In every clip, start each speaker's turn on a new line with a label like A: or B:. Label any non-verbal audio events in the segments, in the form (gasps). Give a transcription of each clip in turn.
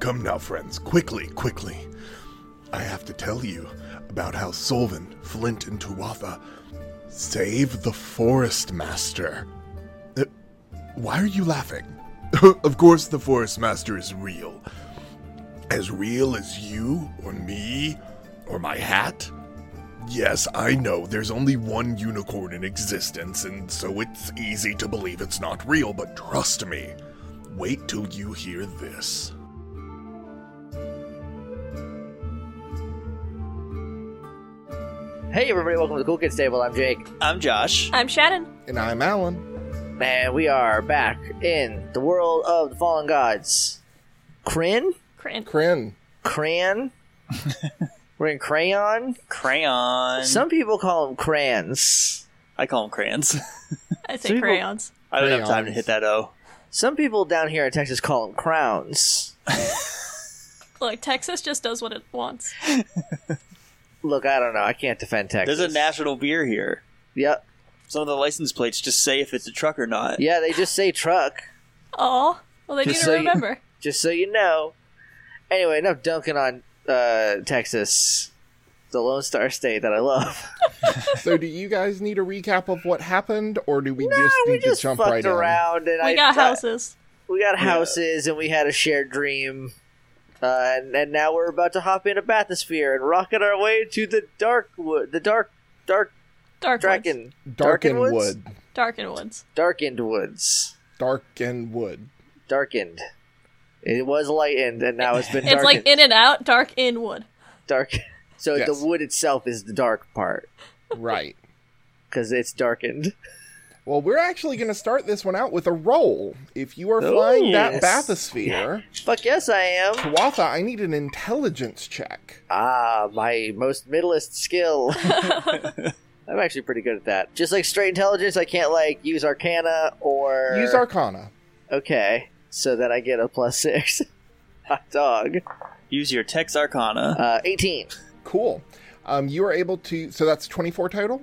A: Come now, friends, quickly, quickly. I have to tell you about how Solvin, Flint, and Tuatha save the Forest Master. Uh, why are you laughing? (laughs) of course, the Forest Master is real. As real as you, or me, or my hat. Yes, I know, there's only one unicorn in existence, and so it's easy to believe it's not real, but trust me. Wait till you hear this.
B: Hey everybody, welcome to the Cool Kids Table. I'm Jake.
C: I'm Josh.
D: I'm Shannon.
E: And I'm Alan.
B: And we are back in the world of the fallen gods. Crin?
D: Cran.
E: Kryn. (laughs)
B: Cran? We're in crayon?
C: Crayon.
B: Some people call them crayons.
C: I call them crayons. (laughs)
D: I
B: So
D: say
B: you-
D: crayons.
C: I don't have time to
E: Crayons.
C: hit that O.
B: Some people down here in Texas call them crowns.
D: Look, Texas just does what it wants.
B: Look, I don't know. I can't defend Texas.
C: There's a national beer here.
B: Yep.
C: Some of the license plates just say if it's a truck or not.
B: Yeah, they just say truck.
D: Oh, well, they
B: Just
D: need to
B: so you- (laughs)
D: remember.
B: just so you know. Anyway, enough dunking on uh, Texas, the Lone Star State that I love.
E: So, do you guys need a recap of what happened, or do we just
B: we
E: need
B: just
E: to jump
B: fucked
E: right
B: around, and
D: We
B: I
D: got
B: I-
D: houses.
B: we got houses, and we had a shared dream, uh, and, and now we're about to hop in a bathysphere and rocket our way to the dark wood, the dark dark
D: Dark woods.
B: dragon,
E: in? Darkened
B: woods?
E: wood.
D: Darken woods.
B: darkened woods,
E: Darkened wood.
B: darkened. It was lightened, and now it's been
D: (laughs) It's
B: darkened.
D: like in and out, dark in wood.
B: dark. So
E: Yes.
B: the wood itself is the dark part
E: Right.
B: because it's darkened.
E: Well, we're actually going to start this one out with a roll. If you are flying that
B: Oh, yes.
E: bathysphere,
B: Fuck yes, I am.
E: Tuatha, I need an intelligence check.
B: Ah, my most middleest
D: (laughs)
B: skill. I'm actually pretty good at that. Just like straight intelligence, I can't like use Arcana or
E: Use Arcana.
B: Okay, so that I get a plus (laughs) six. Hot dog.
C: Use your Tex Arcana.
B: Uh, eighteen.
E: Cool. Um, you are able to. So that's 24 total?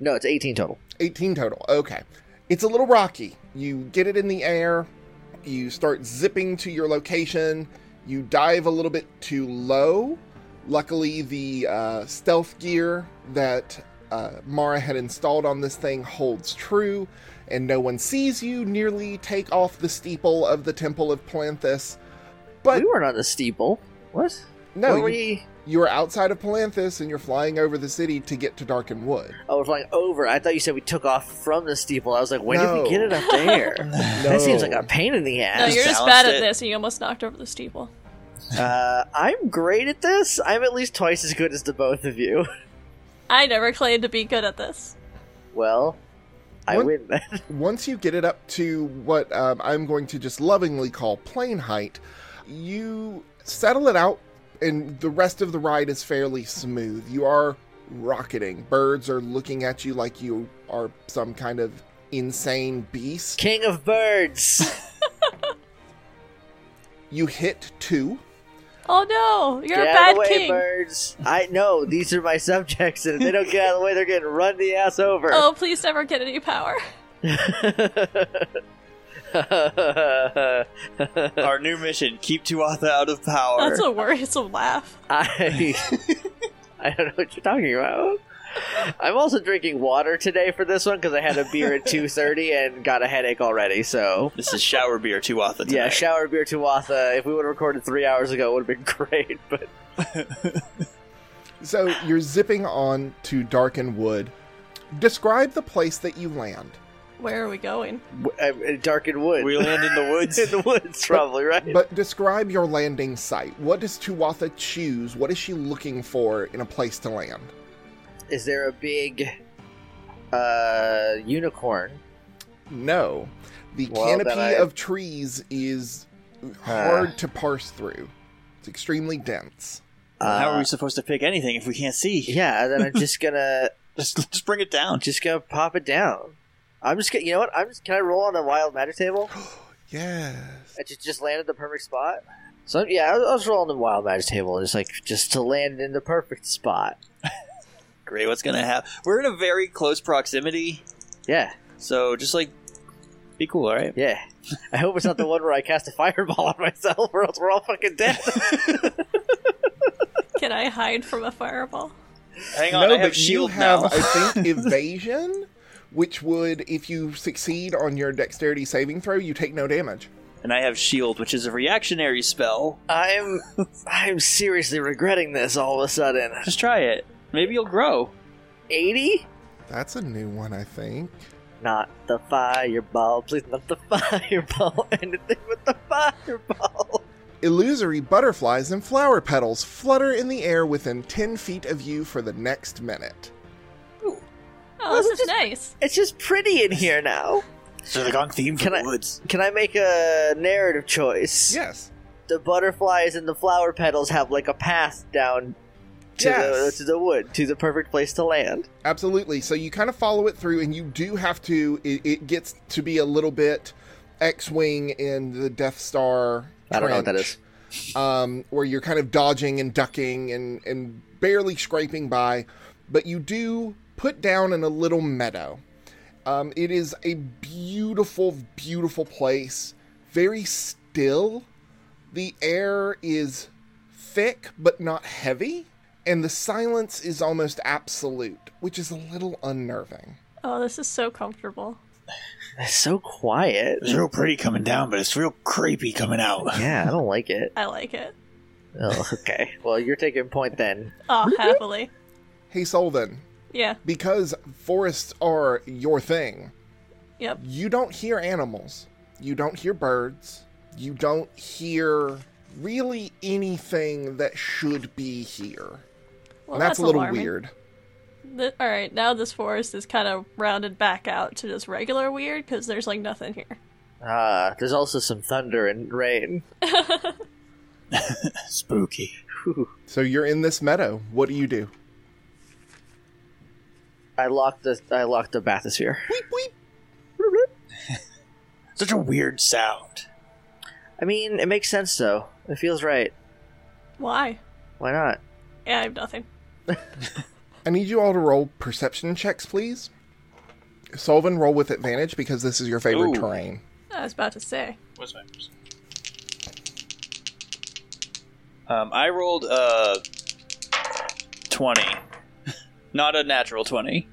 B: No, it's eighteen total.
E: 18 total. Okay. It's a little rocky. You get it in the air, you start zipping to your location, you dive a little bit too low. Luckily, the uh, stealth gear that uh, Mara had installed on this thing holds true, and no one sees you nearly take off the steeple of the Temple of Palanthus. But
B: we weren't on the steeple. What?
E: no,
B: Were
E: you,
B: we?
E: you are outside of Palanthus and you're flying over the city to get to Darken Wood.
B: Oh, we're flying over. I thought you said we took off from the steeple. I was like, when did
E: No. (laughs)
B: we get it up there?
E: No.
B: That seems like a pain in the
D: No,
B: ass.
D: you're just
C: balanced
D: bad at
C: it.
D: this, and you almost knocked over the steeple.
B: Uh, I'm great at this. I'm at least twice as good as the both of you. (laughs)
D: I never claimed to be good at this.
B: Well, I
E: One-
B: win (laughs) then.
E: once you get it up to what um, I'm going to just lovingly call plane height, you settle it out, and the rest of the ride is fairly smooth. You are rocketing. Birds are looking at you like you are some kind of insane beast.
B: King of birds.
E: You hit two.
D: Oh no, (laughs) you're
B: get out
D: a
B: of
D: bad
B: the way,
D: king.
B: birds. I know these are my (laughs) subjects, and if they don't get out of the way, they're getting run the ass over.
D: Oh, please never get any power. (laughs)
B: (laughs) Uh,
C: (laughs) Our new mission: keep Tuatha out of power.
D: That's a worrisome laugh.
B: I I don't know what you're talking about. I'm also drinking water today for this one because I had a beer
C: (laughs)
B: at 2:30 and got a headache already. So
C: this is shower beer Tuatha. Tonight.
B: yeah, shower beer to Watha. If we would have recorded three hours ago, it would have been (laughs) great. But
E: So you're zipping on to Darken Wood. Describe the place that you land.
D: Where are we going?
B: uh, darkened wood
C: we land in the woods.
B: (laughs) in the woods, probably right.
E: But describe your landing site. What does Tuatha choose? What is she looking for in a place to land?
B: Is there a big uh unicorn?
E: No. The
B: Well,
E: canopy
B: then I-
E: of trees is (sighs) hard to parse through. It's extremely dense.
C: How
B: Uh,
C: (laughs) are we supposed to pick anything if we can't see?
B: Yeah, then I'm just gonna
C: (laughs) Just, just bring it down.
B: just gonna pop it down. I'm just gonna you know what? I'm just can I roll on the wild magic table?
E: Yes.
B: I just just landed the perfect spot. So yeah, I was, I was rolling the wild magic table and just like just to land in the perfect spot.
C: Great. What's gonna happen? We're in a very close proximity,
B: Yeah.
C: so just like Be cool, all right? (laughs)
B: Yeah. I hope it's not the one where I cast a fireball on myself, or else we're all fucking dead.
D: Can I hide from a fireball?
C: Hang on, I have
E: but you
C: shield
E: have,
C: now.
E: I
C: (laughs)
E: think, evasion, which would, if you succeed on your dexterity saving throw, you take no damage.
C: and I have shield, which is a reactionary spell.
B: I'm I'm seriously regretting this all of a sudden.
C: Just try it. Maybe you'll grow.
B: Eighty?
E: That's a new one, I think.
B: Not the fireball, please not the (laughs) fireball. (laughs) Anything with the fireball.
E: Illusory butterflies and flower petals flutter in the air within 10 feet of you for the next minute.
D: Oh,
B: Well,
D: this
B: it's (laughs)
D: is
B: just-
D: nice.
B: It's just pretty in here now.
C: So the gong theme
B: for Can the I-
C: woods.
B: Can I make a narrative choice?
E: Yes.
B: The butterflies and the flower petals have like a path down to
E: Yes.
B: the to the wood, to the perfect place to land.
E: Absolutely. So you kind of follow it through, and you do have to. It, it gets to be a little bit X Wing in the Death Star.
B: I don't know what that
E: trench,
B: is.
E: Um, where you're kind of dodging and ducking and, and barely scraping by, but you do put down in a little meadow. Um, it is a beautiful, beautiful place. Very still. The air is thick but not heavy, and the silence is almost absolute, which is a little unnerving.
D: Oh, this is so comfortable.
B: It's so quiet.
C: It's real pretty coming down, but it's real creepy coming out. (laughs)
B: Yeah, I don't like it.
D: I like it.
B: Oh, okay. Well, you're taking point then.
D: Oh, happily.
E: Hey, Solvin,
D: Yeah.
E: because forests are your thing,
D: Yep.
E: you don't hear animals, you don't hear birds, you don't hear really anything that should be here.
D: Well,
E: and that's, a little
D: alarming.
E: weird.
D: Th- all right, now this forest is kind of rounded back out to just regular weird because there's like nothing here.
B: Ah, there's also some thunder and rain.
C: Spooky.
E: So you're in this meadow. What do you do?
B: I locked the I locked the bathysphere.
C: Such a weird sound.
B: I mean, it makes sense though. It feels right.
D: Why?
B: Why not?
D: Yeah, I have nothing.
E: I need you all to roll perception checks, please. Solvin, roll with advantage because this is your favorite
C: Ooh.
E: terrain.
D: I was about to say.
C: What's my Um, I rolled uh twenty, (laughs) not a natural twenty.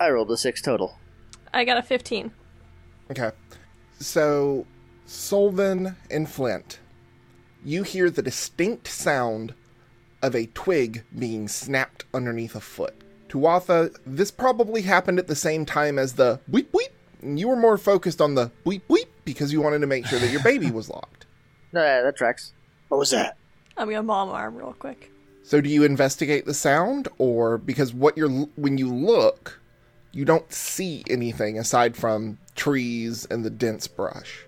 B: I rolled a six total.
D: I got a 15.
E: Okay. So, Solvin and Flint, you hear the distinct sound of a twig being snapped underneath a foot. Tuatha, this probably happened at the same time as the weep weep. and You were more focused on the weep weep because you wanted to make sure that your baby was locked.
B: No, yeah, that tracks.
C: What was that?
D: I'm gonna mom arm real quick.
E: So, do you investigate the sound, or because what you're when you look, you don't see anything aside from trees and the dense brush?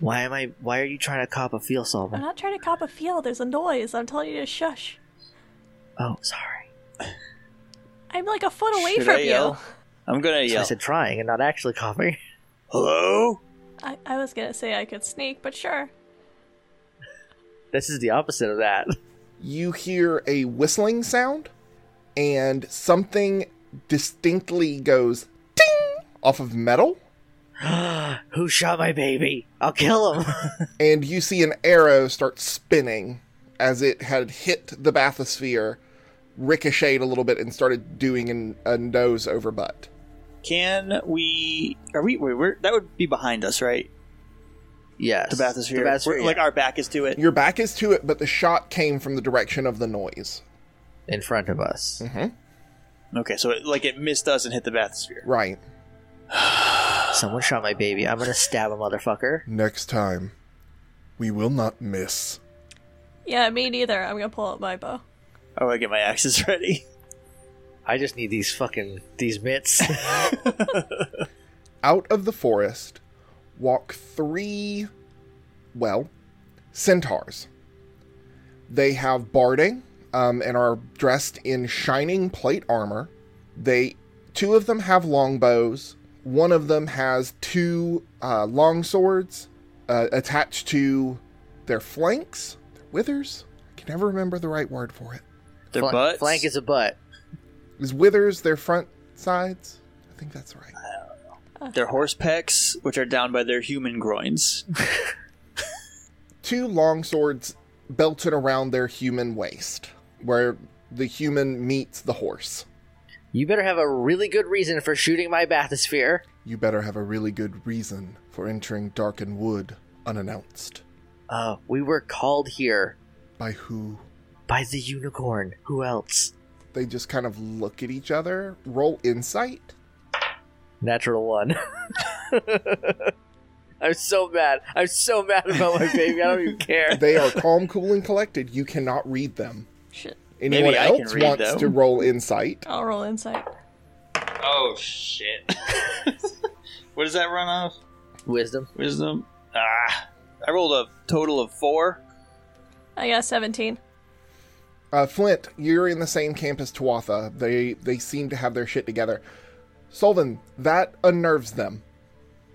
B: Why am I? Why are you trying to cop a feel
D: I'm
B: solver?
D: not trying to cop a feel. There's a noise. I'm telling you to shush.
B: Oh, sorry.
D: I'm like a foot away
C: Should
D: from
C: I
D: you.
C: yell? I'm gonna
B: So I
C: yell.
B: said trying and not actually coughing.
C: Hello?
D: I, I was gonna say I could sneak, but sure.
B: (laughs) This is the opposite of that.
E: you hear a whistling sound and something distinctly goes ting off of metal
B: (gasps) Who shot my baby? I'll kill him.
E: and you see an arrow start spinning as it had hit the bathysphere ricocheted a little bit and started doing an, a nose over butt
C: Can we? Are we? Wait, we're, that would be behind us, right?
B: (laughs) yes.
C: The bathysphere.
B: The bathysphere.
C: We're- Like
B: yeah.
C: our back is to it.
E: your back is to it but the shot came from the direction of the noise
B: in front of
C: (laughs)
B: us.
C: Hmm. Okay, so it, like it missed us and hit the bathysphere.
E: right
B: Someone shot my baby. I'm gonna stab a motherfucker.
A: Next time, we will not miss.
D: Yeah, me neither. I'm gonna pull out my bow.
C: Oh, I get my axes (laughs) ready.
B: I just need these fucking these (laughs) mitts.
E: out of the forest walk three, well, centaurs. They have barding um, and are dressed in shining plate armor. They, two of them have longbows. One of them has two uh, long swords uh, attached to their flanks, their withers. I can never remember the right word for it.
C: Their
B: Flan-
C: butts.
B: Flank is a butt.
E: Is withers their front sides? I think that's right.
C: their horse pecs, which are down by their human groins.
E: two long swords belted around their human waist, where the human meets the horse.
B: You better have a really good reason for shooting my bathysphere.
A: You better have a really good reason for entering Darken Wood unannounced.
B: Uh, we were called here
A: By who?
B: by the unicorn. Who else?
E: They just kind of look at each other, roll insight.
B: Natural one. (laughs) I'm so mad. I'm so mad about my baby. I don't
C: (laughs)
B: even care.
E: They are calm, cool, and collected. You cannot read them.
D: Shit.
E: Anyone
C: Maybe I can
E: else
C: read
E: wants
C: them.
E: to roll insight?
D: I'll roll insight.
C: (laughs) Oh (laughs) shit! what does that run off?
B: Wisdom.
C: Wisdom. Ah, I rolled a total of four.
D: I got 17.
E: Uh, Flint, you're in the same camp as Tuatha. They they seem to have their shit together. Solvin, that unnerves them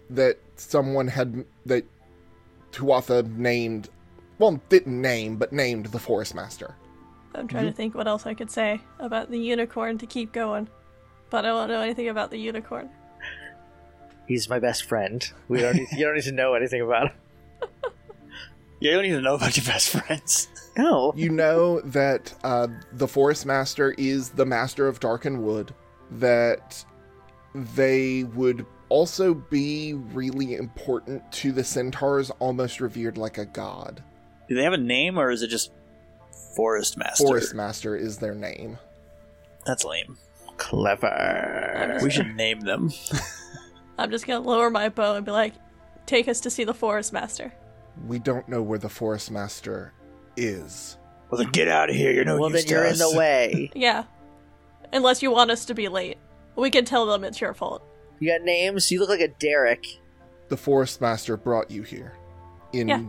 E: that someone had that Tuatha named, well, didn't name, but named the Forest Master.
D: I'm trying to think what else I could say about the unicorn to keep going. But I don't know anything about the unicorn.
B: He's my best friend. We don't. Need, you don't need to know anything about him.
C: Yeah, you don't need to know (laughs) about your best friends.
B: No.
E: You know that uh, the Forest Master is the master of Darken Wood. That they would also be really important to the centaurs, almost revered like a god.
C: Do they have a name, or is it just Forest Master?
E: Forest Master is their name.
C: That's lame.
D: I'm
B: Clever.
D: just,
C: We
B: (laughs)
C: should name them.
D: I'm just gonna lower my bow and be like, take us to see the forest master.
E: We don't know where the Forest Master is.
C: Well, then get out of here. You're no
B: well,
C: use
B: then you're
C: to
B: in
C: us.
E: (laughs)
B: the way.
D: Yeah. Unless you want us to be late. We can tell them it's your fault.
B: You got names. You look like a Derek.
E: The Forest Master brought you here in
D: Yeah.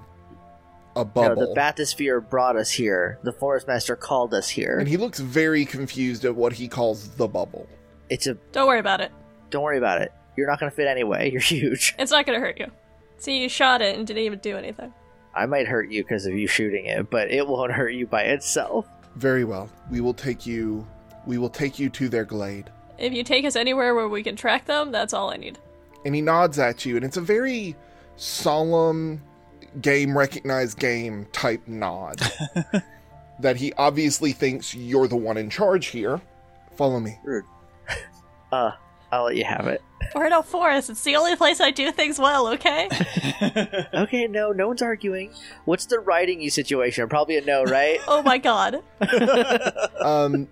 E: a
B: No,
E: bubble.
B: the bathysphere brought us here. The forest master called us here.
E: and he looks very confused at what he calls the bubble.
B: It's a.
D: Don't worry about it.
B: Don't worry about it. You're not gonna fit anyway. (laughs) You're huge.
D: It's not gonna hurt you. See, you shot it and didn't even do anything.
B: I might hurt you because of you shooting it, but it won't (laughs) hurt you by itself.
E: Very well. We will take you we will take you to their glade.
D: If you take us anywhere where we can track them, that's all I need.
E: And he nods at you and it's a very solemn game recognized game type nod that he obviously thinks you're the one in charge here. Follow me.
B: Uh, I'll let you have it.
D: Ordo Forest, it's the only place I do things well, okay?
B: Okay, no, no one's arguing. What's the writing you situation? Probably
E: (laughs)
B: a no, right?
D: oh my god.
E: um,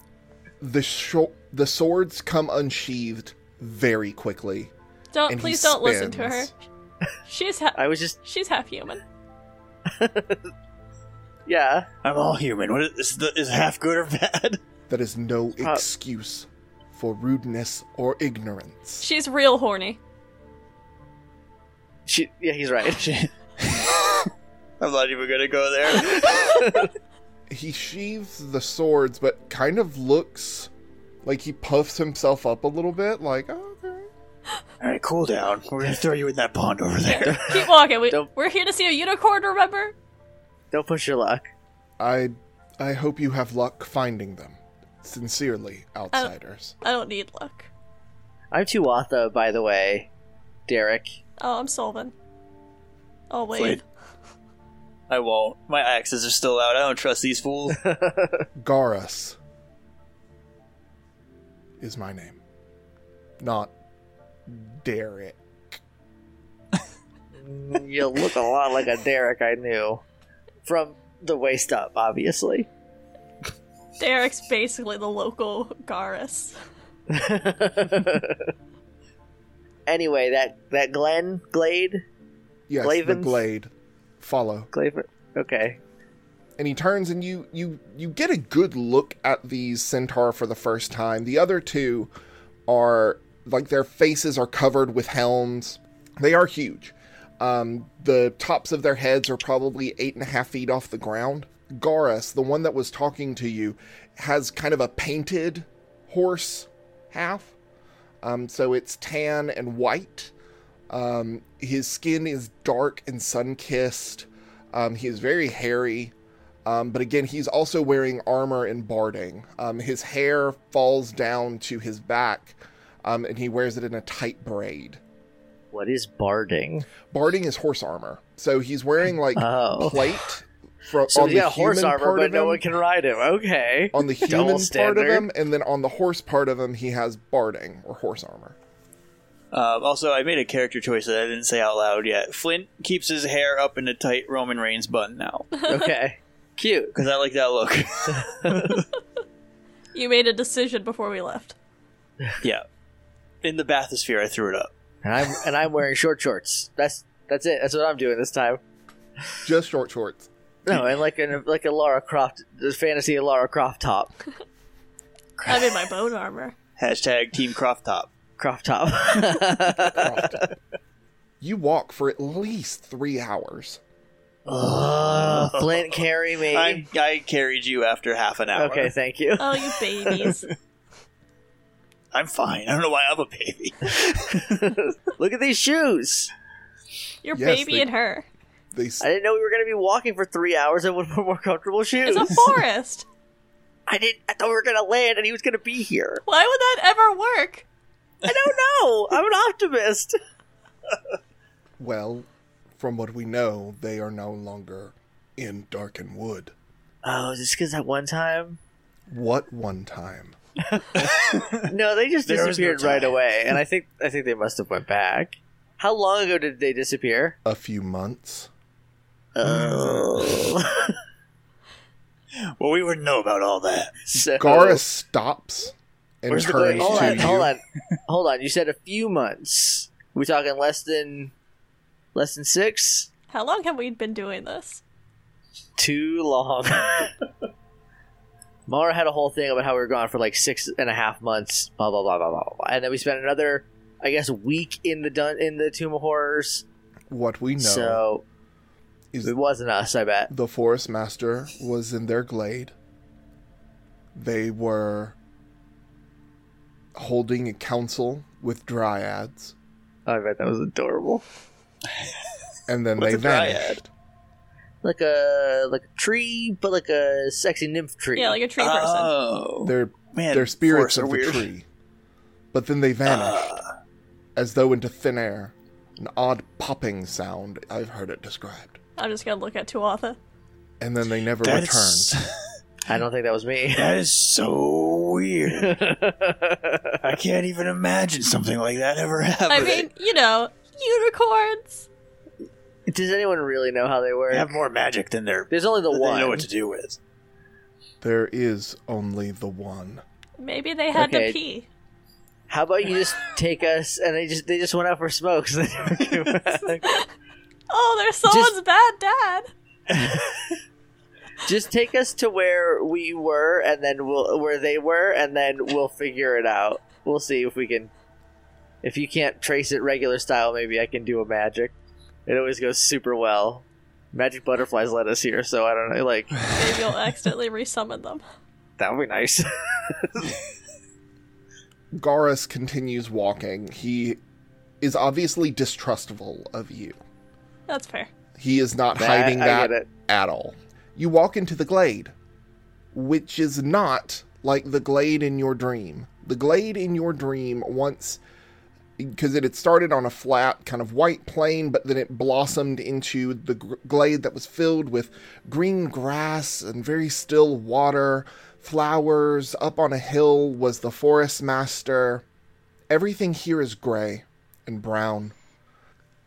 E: the sho- the swords come unsheathed very quickly.
D: Don't
E: And he
D: please don't listen to her.
E: spins. (laughs)
D: She's ha-
B: I was just,
D: she's half human.
B: yeah.
C: (laughs) I'm all human. What is, is, the, is half good or bad?
E: That is no
B: Uh,
E: excuse for rudeness or ignorance.
D: She's real horny.
B: She, yeah, he's right.
E: (laughs)
C: I'm not even gonna go there.
E: He sheathes the swords, but kind of looks like he puffs himself up a little bit, like, oh, okay.
C: (laughs) all right, cool down. We're gonna throw you in that pond over there.
D: Keep walking. We,
B: Don't-
D: we're here to see a unicorn, remember?
B: Don't push your luck.
E: I, I hope you have luck finding them. Sincerely, outsiders.
D: I don't need luck.
B: I'm Tuatha, by the way, Derek.
D: Oh, I'm Solvin. Oh, wait.
C: Wait. (laughs) I won't. My axes are still out. I don't trust these fools. (laughs)
E: Garus is my name, not Derek.
B: You look a lot like a Derek I knew. From the waist up, obviously. (laughs)
D: Derek's basically the local Garrus.
B: anyway, that, that Glen, Glade,
E: Yes, the
B: Glavins?
E: glade. Follow.
B: Glaver, okay.
E: And he turns and you you you get a good look at these centaur for the first time. The other two are like their faces are covered with helms. They are huge. Um, the tops of their heads are probably eight and a half feet off the ground. Garus, the one that was talking to you, has kind of a painted horse half. Um, so it's tan and white. Um, his skin is dark and sun kissed. Um, he is very hairy. Um, but again, he's also wearing armor and barding. Um, his hair falls down to his back, um, and he wears it in a tight braid.
B: What is barding?
E: Barding is horse armor, so he's
B: (laughs)
E: wearing like
B: Oh.
E: plate from
B: So
E: on
B: yeah,
E: the
B: horse
E: human
B: armor,
E: part
B: but
E: of
B: no
E: him.
B: one can ride him. Okay.
E: on the
B: (laughs) Double
E: human part of
B: standard.
E: him, and then on the horse part of him, he has barding or horse armor.
C: Uh, also, I made a character choice that I didn't say out loud yet. Flint keeps his hair up in a tight Roman Reigns bun (laughs) now
B: Okay. Cute.
C: because I like that look. (laughs)
D: You made a decision before we left.
C: yeah, in the bathysphere, I threw it up.
B: And I'm and I'm wearing short shorts. That's that's it. That's what I'm doing this time.
E: Just short shorts.
B: No, and like a like a Lara Croft the fantasy Lara Croft top.
D: I'm
B: (laughs)
D: in my bone armor.
C: Hashtag Team Croft Top.
B: Croft top. (laughs)
E: You walk for at least three hours.
B: Ugh, Flint carry me.
C: I, I carried you after half an hour.
B: Okay, thank you.
D: Oh, you babies.
B: (laughs)
C: I'm fine. I don't know why I'm a (laughs) baby.
B: Look at these shoes.
D: Your
E: Yes,
D: baby
E: they-
D: and her.
E: They s-
B: I didn't know we were going to be walking for three hours and would put more comfortable shoes.
E: (laughs)
D: It's a
B: I
D: forest.
B: I didn't. I thought we were going to land and he was going to be here.
D: Why would that ever work?
B: I
C: (laughs)
B: don't know. I'm an optimist.
E: well, from what we know, they are no longer in Darken Wood.
B: Oh, is this because that one time?
E: What one time?
B: No, they just
C: There was no
B: disappeared
C: time.
B: right away, and I think I think they must have went back. How long ago did they disappear?
E: A few months.
C: Uh,
B: Oh,
C: (laughs) well, we wouldn't know about all that.
B: (laughs) so,
E: Garus stops and
B: Where's the
E: turns
B: wait, hold
E: to
B: on,
E: you.
B: hold on, hold on. You said a few months. We talking less than less than six?
D: How long have we been doing this?
B: Too long. Mara had a whole thing about how we were gone for like six and a half months. Blah blah blah blah blah. blah. And then we spent another, I guess, week in the dun- in the Tomb of Horrors.
E: What we know
B: So
E: is
B: it wasn't us. I bet.
E: the forest master was in their glade. They were holding a council with dryads,
B: I bet that was adorable.
E: and then
C: What's
E: they
C: a dryad?
E: vanished.
B: Like a like a tree, but like a sexy nymph tree. Uh,
D: Yeah, like a tree person.
C: Oh,
E: They're
C: man,
E: they're spirits
C: forests are
E: of the
C: weird. (laughs)
E: tree, but then they
B: Uh.
E: vanished
C: Ah,
E: as though into thin air. An odd popping sound. I've heard it described,
D: I'm just gonna look at Tuatha.
E: and then they never
C: that,
E: returned.
C: is,
B: I don't think that was me.
C: (laughs)
B: (laughs)
C: that is so weird. I can't even imagine something like that ever (laughs)
D: I
C: happening.
D: mean, you know, unicorns.
B: Does anyone really know how they work?
C: they have more magic than they're
B: There's only the
C: than
B: one.
C: They know what to do (laughs) with.
E: There is only the one.
D: Maybe they had
B: Okay.
D: to pee.
B: How about you just take us and they just they just went out for smokes. (laughs) they never came back.
D: Oh, there's someone's bad dad.
B: just take us to where we were and then we'll where they were and then we'll figure it out. We'll see if we can if you can't trace it regular style, maybe I can do a magic. It always goes super well. Magic butterflies led us here, so I don't know, like
D: Maybe you'll accidentally resummon them.
B: that would be nice. (laughs)
E: Garus continues walking. He is obviously distrustful of you.
D: That's fair.
E: He is not
B: That-
E: hiding
B: I
E: that
B: get it.
E: at all. You walk into the glade, which is not like the glade in your dream. The glade in your dream once, because it had started on a flat, kind of white plain, but then it blossomed into the gr- glade that was filled with green grass and very still water, flowers. Up on a hill was the forest master. Everything here is gray and brown.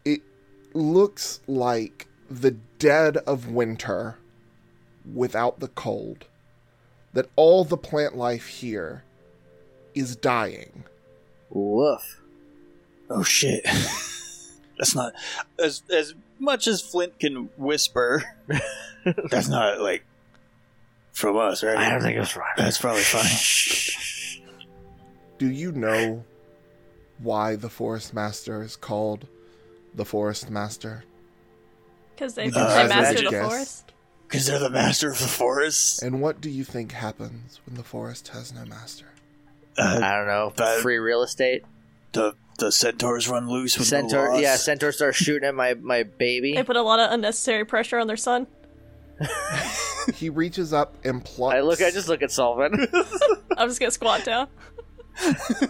E: It looks like the dead of winter without the cold. That all the plant life here is dying.
B: Woof.
C: Oh shit. (laughs) that's not as as much as Flint can whisper. (laughs) that's not like from us, right?
B: I don't think it's right.
C: that's probably (laughs) fine.
E: Do you know why the forest master is called the forest master?
D: Because they,
E: Would
C: you
D: they
C: hazard
D: mastered
C: a
D: the
E: guess?
D: forest.
C: Because they're the master of the forest.
E: And what do you think happens when the forest has no master?
C: Uh,
B: I don't know.
C: That-
B: Free real estate.
C: the the centaurs run loose with the
B: Centaur,
C: laws.
B: yeah, centaur starts shooting at my my baby.
D: They put a lot of unnecessary pressure on their son.
E: he reaches up and plucks.
B: I look. I just look at Solvin.
D: I'm just gonna squat down.
B: (laughs)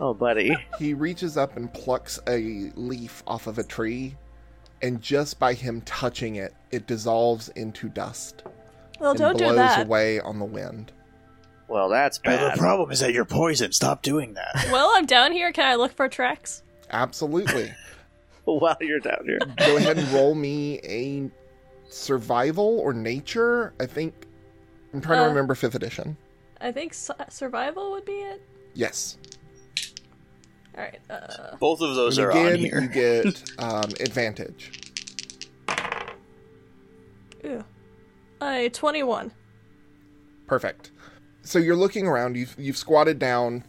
B: Oh, buddy.
E: He reaches up and plucks a leaf off of a tree, and just by him touching it, it dissolves into dust
D: Well,
E: and
D: don't
E: blows
D: do that.
E: away on the wind.
B: Well, that's
C: Now, the
B: bad.
C: problem is that you're poisoned. Stop doing that.
D: Well, I'm down here. Can I look for tracks?
E: Absolutely.
B: (laughs) While you're down here.
E: Go ahead and roll me a survival or nature. I think I'm trying
D: Uh.
E: to remember fifth edition.
D: I think su- survival would be it.
E: Yes.
D: All right. Uh,
C: (laughs) Both of those
E: And
C: are
E: again,
C: on here.
E: you get um, advantage.
D: ooh. I 21.
E: Perfect. So you're looking around. You've you've squatted down,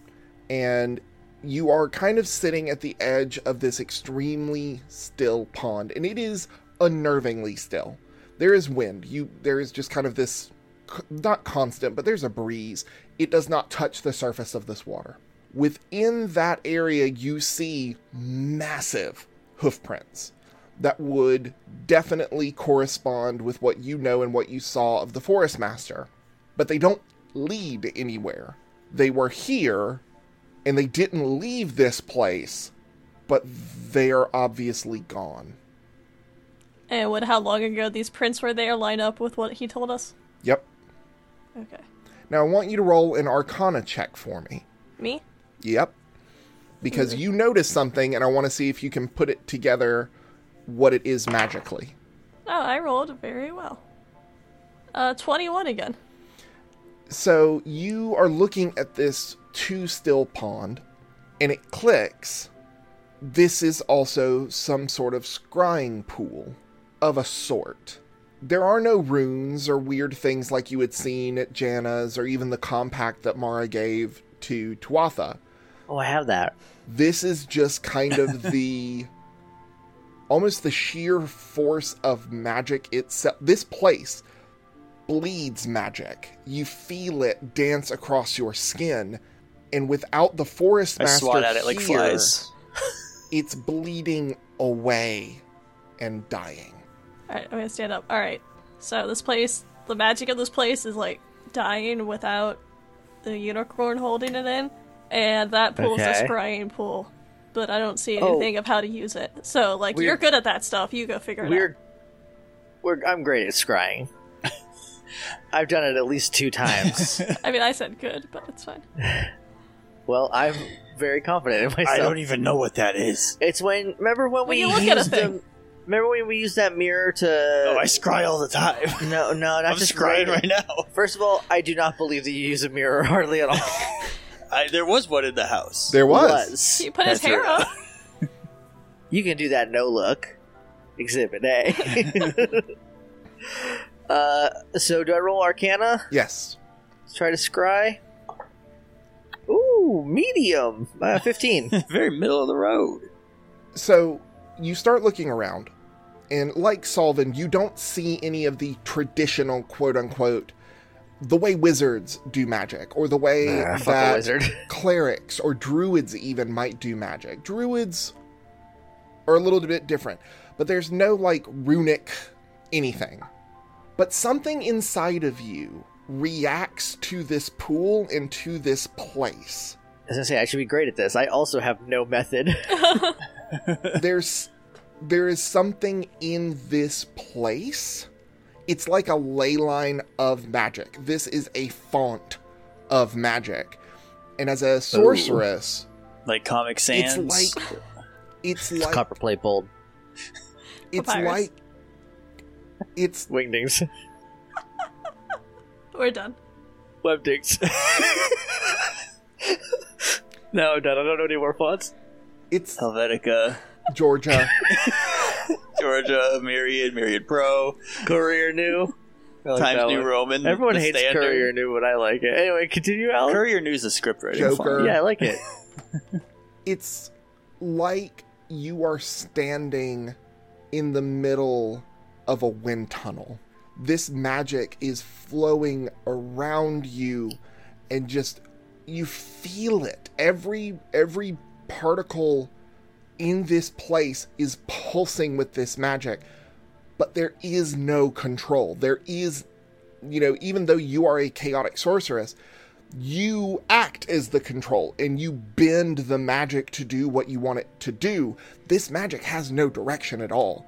E: and you are kind of sitting at the edge of this extremely still pond, and it is unnervingly still. There is wind. You there is just kind of this c- not constant, but there's a breeze. It does not touch the surface of this water. Within that area, you see massive hoof prints that would definitely correspond with what you know and what you saw of the forest master but they don't lead anywhere. They were here and they didn't leave this place, but they are obviously gone.
D: And what? How long ago these prints were there? Line up with what he told us.
E: Yep.
D: Okay.
E: Now I want you to roll an arcana check for me.
D: Me?
E: Yep. Because you notice something and I want to see if you can put it together what it is magically.
D: Oh, I rolled very well. Uh, 21 again.
E: So you are looking at this two still pond, and it clicks. This is also some sort of scrying pool of a sort. There are no runes or weird things like you had seen at Jana's or even the compact that Mara gave to Tuatha.
B: Oh, I have that.
E: This is just kind
C: (laughs)
E: of the almost the sheer force of magic itself. This place bleeds magic. You feel it dance across your skin, and without the forest
C: I
E: master
C: swat at it like
E: here,
C: flies.
E: It's bleeding away and dying.
D: All right, I'm gonna stand up. All right. So this place, the magic of this place is like dying without the unicorn holding it in, and that pool's
B: Okay.
D: a scrying pool. But I don't see
B: Oh.
D: anything of how to use it. So like,
E: We're-
D: you're good at that stuff. You go figure it
B: We're, we're. I'm great at scrying.
D: (laughs)
B: I've done it at least two
D: (laughs)
B: times.
D: out. I mean, I said good, but it's
C: (laughs)
D: fine.
B: well, I'm very confident in myself.
C: (laughs)
E: (laughs)
C: I don't e- even know what that is.
B: It's when remember when
D: When
B: we
D: you look
B: used
D: at a thing.
B: the, remember when we used that mirror to
C: Oh, I scry all the time. (laughs)
B: no no not
C: I'm
B: just
C: scrying
B: writing.
C: right now.
B: First of all, I do not believe that you use a mirror (laughs) hardly at all.
C: (laughs) I, there was one in the house.
E: There was.
B: Was.
D: He put his
C: That's
D: hair
C: right.
D: up.
B: You can do that no look. Exhibit
C: (laughs)
B: A. (laughs) uh, so do I roll Arcana?
E: Yes.
B: Let's try to scry. Ooh, medium. Uh,
C: (laughs)
B: Fifteen.
C: Very middle of the road.
E: So you start looking around, and like Solvin, you don't see any of the traditional quote unquote the way wizards do magic or the way
B: Ah, fuck
C: (laughs)
B: a
E: that
B: wizard. (laughs)
E: clerics or druids even might do magic. Druids are a little bit different, but there's no like runic anything. But something inside of you reacts to this pool and to this place.
B: I was gonna say I should be great at this. I also have no
C: (laughs)
B: method.
E: there's there is something in this place. It's like a ley line of magic. This is a font of magic. And as a sorceress,
C: Like Comic
E: it's
C: Sans.
E: like it's
B: It's
E: like
B: copper plate bold
E: it's
D: Papyrus.
E: like it's
B: (laughs) wingdings,
D: We're done.
B: webdings.
C: (laughs)
B: (laughs) no, I'm done. I don't know any more fonts.
E: it's
C: Helvetica,
E: Georgia.
C: (laughs) Georgia, Myriad, Myriad Pro,
B: Courier New. I like
C: Times
B: that
C: New
B: one.
C: Roman.
B: Everyone
C: The
B: hates
C: Standard.
B: Courier New, but I like it. Anyway, continue, Alan.
C: Courier News is script writing.
E: Joker.
B: yeah, I like it. (laughs)
E: it's like you are standing in the middle of a wind tunnel. This magic is flowing around you and just you feel it. Every every particle in this place is pulsing with this magic. But there is no control. There is you know, even though you are a chaotic sorceress, you act as the control and you bend the magic to do what you want it to do. This magic has no direction at all.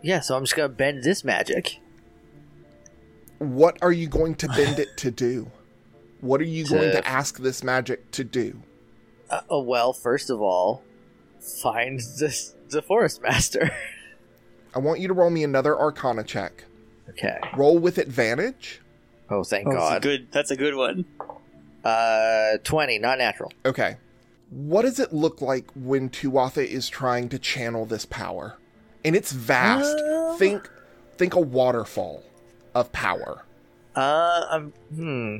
B: Yeah, so I'm just gonna bend this magic.
E: What are you going to bend it to do? What are you
B: To-
E: going to ask this magic to do?
B: Uh, oh, well, first of all, find this the forest master. (laughs)
E: I want you to roll me another Arcana check.
B: okay.
E: Roll with advantage.
B: Oh, thank
C: Oh, that's a
B: God.
C: good. That's a good one.
B: Uh, twenty, not natural.
E: Okay. What does it look like when Tuatha is trying to channel this power? And it's vast. think think a waterfall of power.
B: Uh, I'm. Hmm.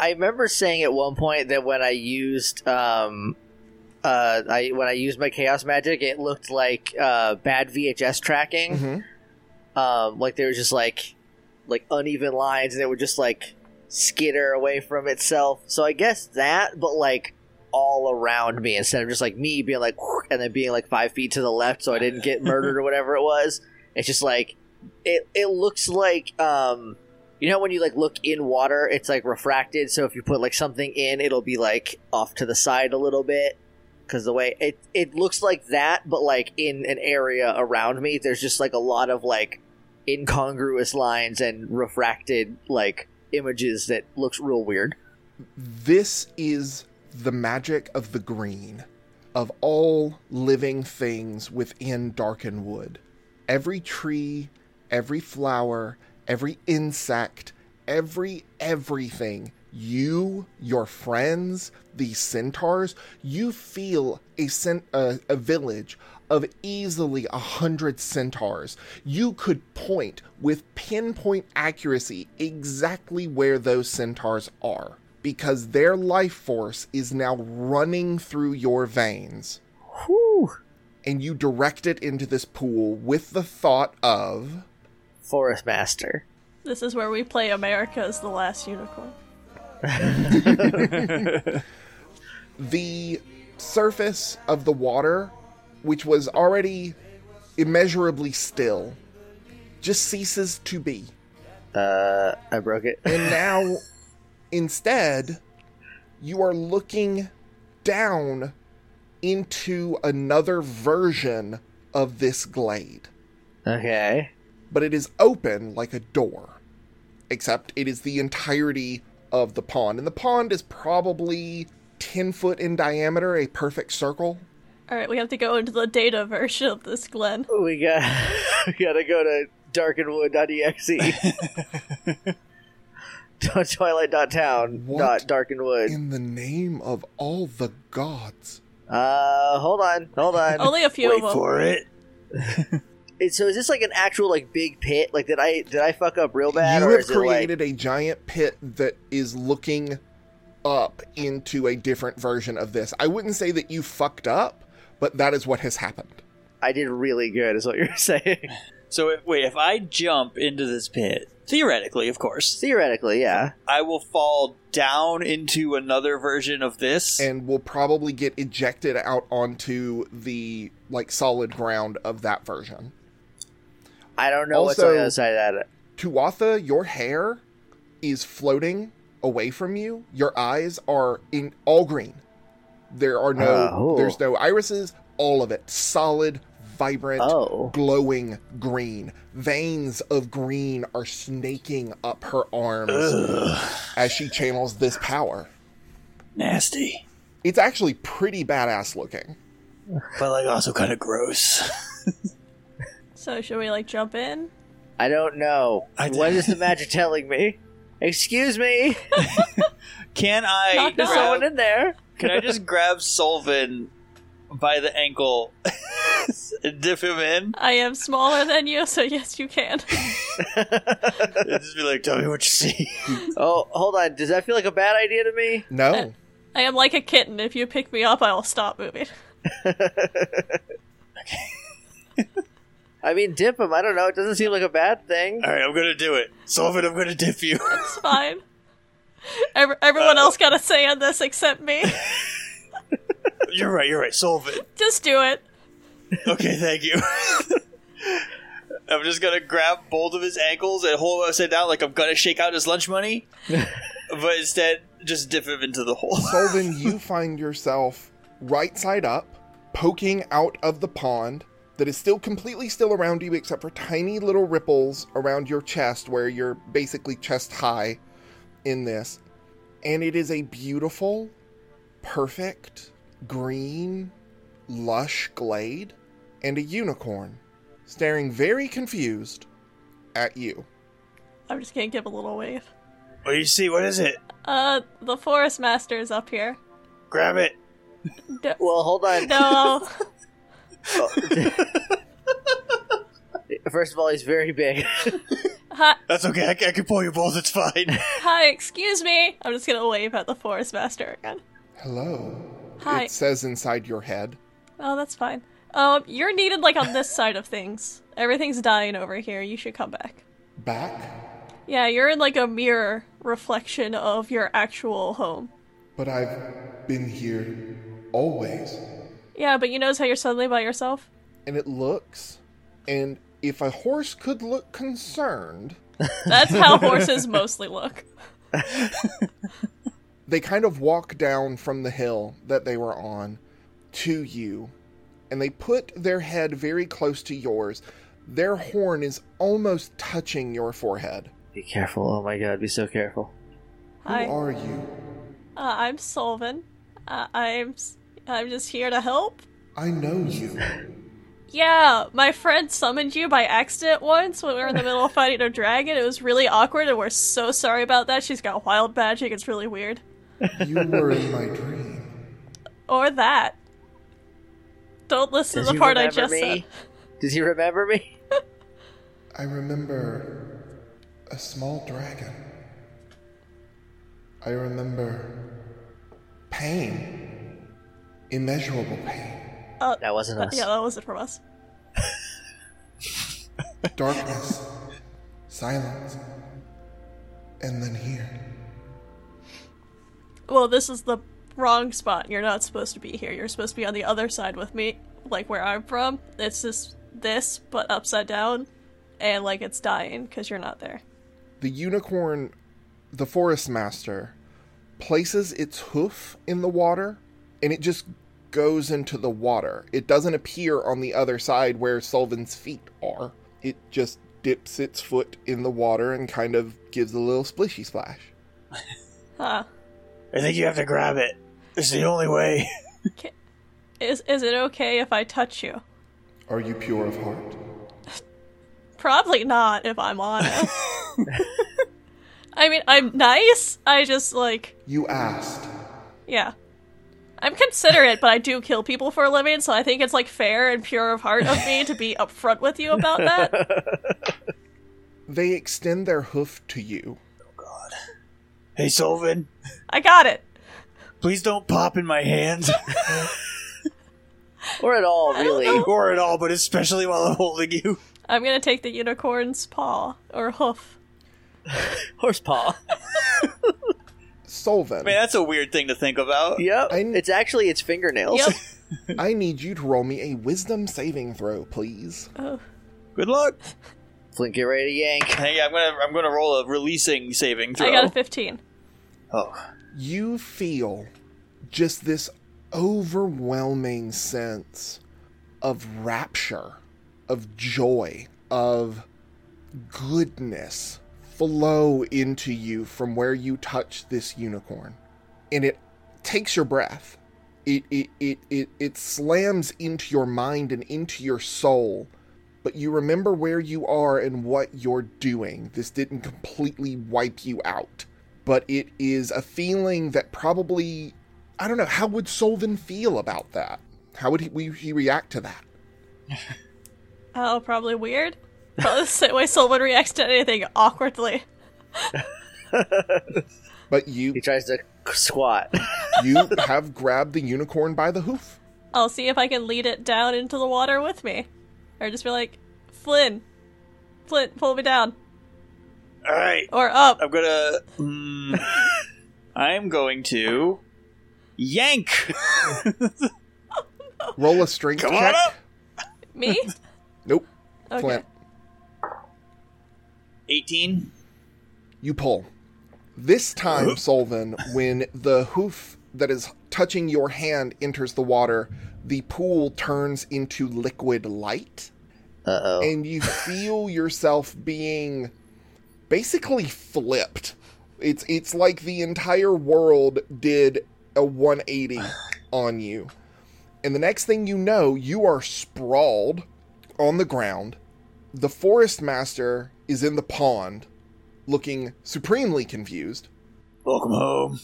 B: I remember saying at one point that when I used um, uh, I when I used my chaos magic, it looked like uh bad VHS tracking.
E: Mhm.
B: Um, like they were just like like uneven lines, and they would just like skitter away from itself. So I guess that, but like all around me instead of just like me being like and then being like five feet to the left, so I didn't get murdered or whatever it was. It's just like it. It looks like um. You know when you like look in water, it's like refracted. So if you put like something in, it'll be like off to the side a little bit because the way it it looks like that, but like in an area around me, there's just like a lot of like incongruous lines and refracted like images that looks real weird.
E: This is the magic of the green, of all living things within Darken Wood. Every tree, every flower, every insect, every everything, you, your friends, the centaurs, you feel a, cent- a, a village of easily a hundred centaurs. You could point with pinpoint accuracy exactly where those centaurs are because their life force is now running through your veins
B: Whew.
E: and you direct it into this pool with the thought of
B: Forest Master.
D: This is where we play America is the Last Unicorn.
E: the surface of the water, which was already immeasurably still, just ceases to be.
B: Uh, I broke it. (laughs)
E: And now, instead, you are looking down into another version of this glade.
B: Okay.
E: but it is open like a door. Except it is the entirety of the pond. And the pond is probably 10 foot in diameter, a perfect circle.
D: All right, we have to go into the data (laughs) version of this, Glen.
B: We got (laughs) we gotta go to darkenwood.exe.
E: (laughs)
B: Twilight dot town
E: What
B: dot darkenwood.
E: In the name of all the gods.
B: Uh, hold on, hold on.
D: Only a few
C: Wait
D: of them.
C: for it.
B: It- so is this like an actual like big pit? Like did I did I fuck up real bad?
E: you
B: or
E: have
B: is it, like-
E: created a giant pit that is looking up into a different version of this. I wouldn't say that you fucked up, but that is what has happened.
B: I did really good, is what you're (laughs) saying.
C: So if, wait, if I jump into this pit, theoretically, of course,
B: Theoretically, yeah.
C: I will fall down into another version of this.
E: And will probably get ejected out onto the like solid ground of that version.
B: I don't know what's
E: Also-
B: on the other side of that.
E: Tuatha, your hair is floating away from you. Your eyes are in all green. There are no
B: Oh.
E: there's no irises, all of it solid, vibrant,
B: Oh.
E: glowing green. Veins of green are snaking up her arms as she channels this power.
C: Nasty,
E: It's actually pretty badass looking.
C: but like also kind of gross.
D: So should we like jump in?
B: I don't know.
C: I-
B: what is the magic telling me? Excuse me.
C: Can I?
D: Knock,
B: There's
D: No.
B: someone
C: Grab,
B: in there.
C: can I just grab Solvin by the ankle and dip him in?
D: I am smaller than you, so yes, you can.
C: And just be like, tell me what you see.
B: Oh, hold on. Does that feel like a bad idea to me?
E: No.
D: I am like a kitten. If you pick me up, I'll stop moving. (laughs)
B: I mean, dip him. I don't know. It doesn't seem like a bad thing.
E: Uh,
C: All right, I'm gonna do it, Solvin. I'm gonna dip you. (laughs)
D: It's fine. Ev- everyone else got a say on this except me. (laughs)
C: you're right. You're right, Solvin.
D: Just do it.
C: Okay, thank you. (laughs) I'm just gonna grab both of his ankles and hold him upside down like I'm gonna shake out his lunch money. but instead just dip him into the hole.
E: Solvin, you find yourself right side up, poking out of the pond that is still completely still around you, except for tiny little ripples around your chest, where you're basically chest high in this. And it is a beautiful, perfect, green, lush glade and a unicorn staring very confused at you.
D: I'm just gonna give a little wave.
C: What do Oh, you see? What is it?
D: Uh, the forest master is up here.
C: Grab it.
B: Well, hold on.
D: (laughs) No,
B: First of all, he's very big. (laughs)
D: hi,
C: That's okay. I, c- I can pull you both. It's (laughs) fine.
D: hi, excuse me. I'm just gonna wave at the forest master again.
E: Hello.
D: Hi.
E: It says inside your head.
D: Oh, that's fine. Um, you're needed like on this side of things. Everything's dying over here. You should come back.
E: Back?
D: Yeah, you're in like a mirror reflection of your actual home.
E: But I've been here always.
D: Yeah, but you notice how you're suddenly by yourself?
E: And it looks, and if a horse could look concerned, (laughs)
D: That's how horses mostly look.
E: they kind of walk down from the hill that they were on to you and they put their head very close to yours their horn is almost touching your forehead
B: Be careful. Oh my god, be so careful.
D: Hi,
E: who
D: uh,
E: are you
D: I'm Solvin. Uh, I'm s- I'm just here to help.
E: i know you
D: Yeah, my friend summoned you by accident once when we were in the middle of fighting a dragon. It was really awkward, and we're so sorry about that. She's got wild magic; it's really weird.
E: you were in my dream
D: Or that. Don't listen
B: Does
D: to
B: he
D: the part I
B: remember
D: just
B: me?
D: said.
B: Does he remember me?
E: i remember a small dragon i remember pain immeasurable pain
D: Uh,
B: That wasn't
D: that-
B: us.
D: yeah, that wasn't from us.
E: darkness, (laughs) silence, and then here.
D: Well, this is the wrong spot. You're not supposed to be here. You're supposed to be on the other side with me, like where I'm from. It's just this, but upside down, and like it's dying because you're not there.
E: The unicorn, the forest master, places its hoof in the water and it just goes into the water. It doesn't appear on the other side where Sullivan's feet are. It just dips its foot in the water and kind of gives a little splishy splash.
D: Huh.
C: I think you have to grab it. It's the only way.
D: Is is it okay if I touch you?
E: Are you pure of heart?
D: Probably not, if I'm honest. I mean, I'm nice. I just like,
E: You asked.
D: yeah. I'm considerate, but I do kill people for a living, so I think it's like fair and pure of heart of me to be upfront with you about that.
E: They extend their hoof to you.
C: Hey, Solvin,
D: I got it.
C: please don't pop in my hand (laughs)
B: Or at all, (laughs) really.
C: or at all, but especially while I'm holding you.
D: I'm gonna take the unicorn's paw or hoof.
B: Horsepaw.
E: Solvin,
C: Man, that's a weird thing to think about.
B: Yep.
E: I kn-
B: It's actually its fingernails.
D: Yep.
E: I need you to roll me a wisdom saving throw, please.
D: Oh,
C: Good luck.
B: Flint, get ready to yank.
C: Hey, I'm gonna I'm gonna roll a releasing saving throw.
D: I got a 15.
C: oh,
E: you feel just this overwhelming sense of rapture, of joy, of goodness flow into you from where you touch this unicorn. And it takes your breath. It it, it, it it slams into your mind and into your soul. But you remember where you are and what you're doing. This didn't completely wipe you out but it is a feeling that probably I don't know how would Solvin feel about that. How would he, we, he react to that?
D: Oh, probably weird. Probably the same way someone reacts to anything awkwardly.
E: But
B: He
E: you
B: tries to squat.
E: (laughs)
B: (laughs)
E: you have grabbed the unicorn by the hoof.
D: I'll see if I can lead it down into the water with me. Or just be like, Flynn, Flint, pull me down.
C: all right.
D: Or up.
E: Oh.
C: I'm gonna. Mm, (laughs) I'm going to yank.
E: Roll a strength
C: Come on
E: check.
C: up.
E: (laughs)
D: Me?
E: Nope.
D: Okay.
E: Flint,
C: 18.
E: you pull. This time, Solvin, when the hoof that is touching your hand enters the water, the pool turns into liquid light,
B: Uh oh.
E: and you feel yourself being basically flipped. It's it's like the entire world did a 180 on you. And the next thing you know, you are sprawled on the ground. The forest master is in the pond, looking supremely confused.
C: Welcome home.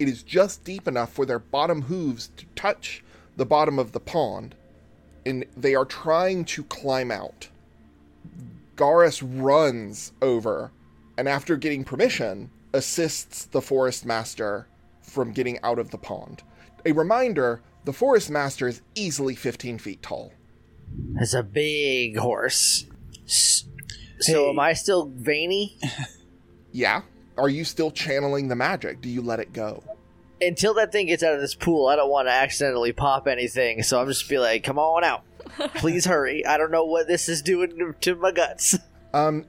E: It is just deep enough for their bottom hooves to touch the bottom of the pond, and they are trying to climb out. Garrus runs over, and after getting permission, assists the forest master from getting out of the pond. A reminder the forest master is easily 15 feet tall.
B: That's a big horse. S- So
C: Hey.
B: am I still veiny?
E: Yeah? Are you still channeling the magic? Do you let it go?
B: Until that thing gets out of this pool, I don't want to accidentally pop anything, so I'm just be like, come on out. Please hurry. I don't know what this is doing to- to my (laughs) guts.
E: Um,